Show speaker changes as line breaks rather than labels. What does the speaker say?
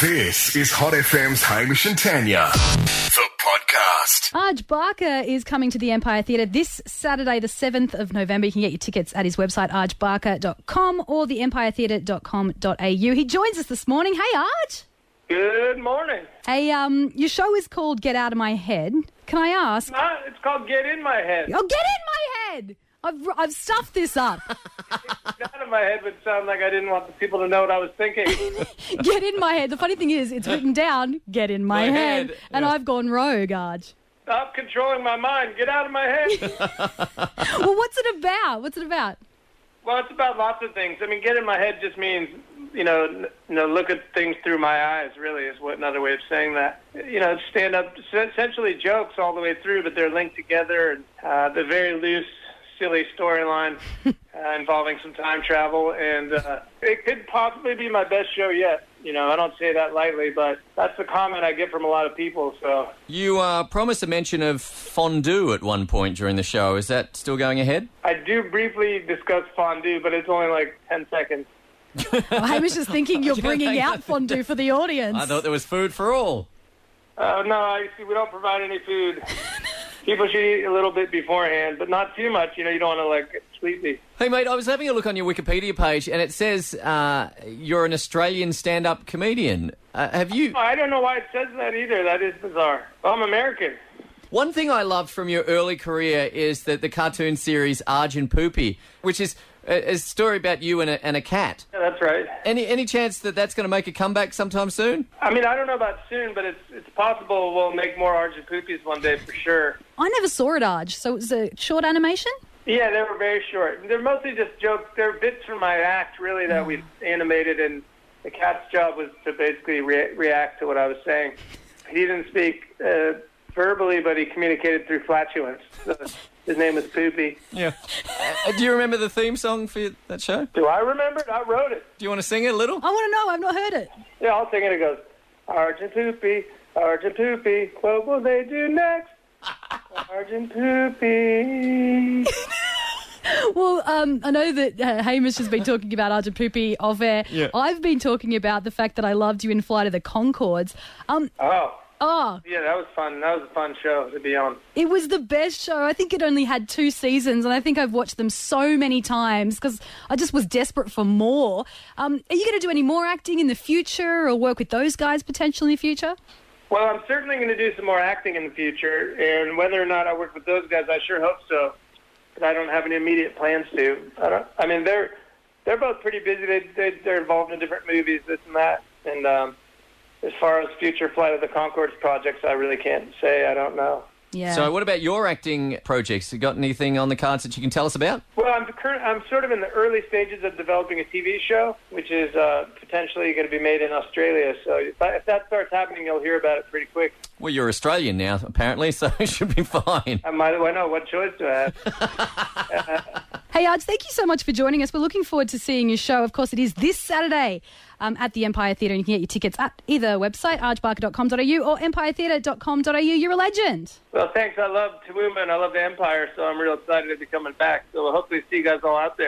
This is Hot FM's Hamish and Tanya, the podcast.
Arj Barker is coming to the Empire Theatre this Saturday, the 7th of November. You can get your tickets at his website, arjbarker.com or theempiretheatre.com.au. He joins us this morning. Hey, Arj.
Good morning.
Hey, um, your show is called Get Out of My Head. Can I ask?
Ah, it's called Get In My Head.
Oh, get in my head! I've, I've stuffed this up.
Get Out of My Head would sound like I didn't want the people to know what I was thinking.
get in my head. The funny thing is, it's written down, get in my,
My
head.
head.
And I've gone rogue, Arj.
Stop controlling my mind. Get out of my head.
well, what's it about? What's it about?
well, it's about lots of things. I mean, get in my head just means, you know, n- you know, look at things through my eyes. Really, is what another way of saying that. You know, it's stand up. it's Essentially, jokes all the way through, but they're linked together. And uh, the very loose, silly storyline uh, involving some time travel, and uh, it could possibly be my best show yet. You know, I don't say that lightly, but that's the comment I get from a lot of people. So.
You uh, promised a mention of fondue at one point during the show. Is that still going ahead?
I do briefly discuss fondue, but it's only like 10 seconds.
Well, Hamish is thinking you're bringing out fondue for the audience.
I thought there was food for all.
Uh, no, I see, we don't provide any food. People should eat a little bit beforehand, but not too much. You know, you don't want to like get sleepy.
Hey, mate, I was having a look on your Wikipedia page, and it says uh, you're an Australian stand-up comedian. Uh, have you?
Oh, I don't know why it says that either. That is bizarre. I'm American.
One thing I loved from your early career is that the cartoon series Arj and Poopy, which is a, a story about you and a, and a cat.
Yeah, that's right.
Any any chance that that's going to make a comeback sometime soon?
I mean, I don't know about soon, but it's it's possible we'll make more Argent Poopies one day for sure.
I never saw it, Arj. So it was a short animation?
Yeah, they were very short. They're mostly just jokes. They're bits from my act, really, that we animated, and the cat's job was to basically re- react to what I was saying. He didn't speak uh, verbally, but he communicated through flatulence. So his name was Poopy.
Yeah. Uh, do you remember the theme song for that show? Do
Do I remember it? I wrote it.
you want to sing it a little?
I want to know. I've not heard it.
Yeah, I'll sing it. It goes, Argent Poopy, Argent Poopy, what will they do next? Argent Poopy.
Well, um, I know that uh, Hamish has been talking about Arjun Poopy off air.
Yeah.
I've been talking about the fact that I loved you in Flight of the Concords. Um,
Oh,
oh,
yeah, that was fun. That was a fun show to be on.
it was the best show. I think it only had two seasons, and I think I've watched them so many times because I just was desperate for more. Um, are you going to do any more acting in the future or work with those guys potentially in the future?
Well, I'm certainly going to do some more acting in the future, and whether or not I work with those guys, I sure hope so. But I don't have any immediate plans to. I don't. I mean, they're they're both pretty busy. They, they they're involved in different movies, this and that. And um, as far as future Flight of the Concords projects, I really can't say. I don't know.
Yeah.
So, what about your acting projects? You got anything on the cards that you can tell us about?
Well, I'm current. I'm sort of in the early stages of developing a TV show, which is uh, potentially going to be made in Australia. So if, that- if that starts happening, you'll hear about it pretty quick.
Well, you're Australian now, apparently, so it should be fine.
I might. I know what choice do I have.
Hey, Arj, thank you so much for joining us. We're looking forward to seeing your show. Of course, it is this Saturday um, at the Empire Theatre, and you can get your tickets at either website, arjbarker.com.au or empiretheatre.com.au. You're a legend.
Well, thanks. I love Toowoomba and I love the Empire, so I'm real excited to be coming back. So hopefully see you guys all out there.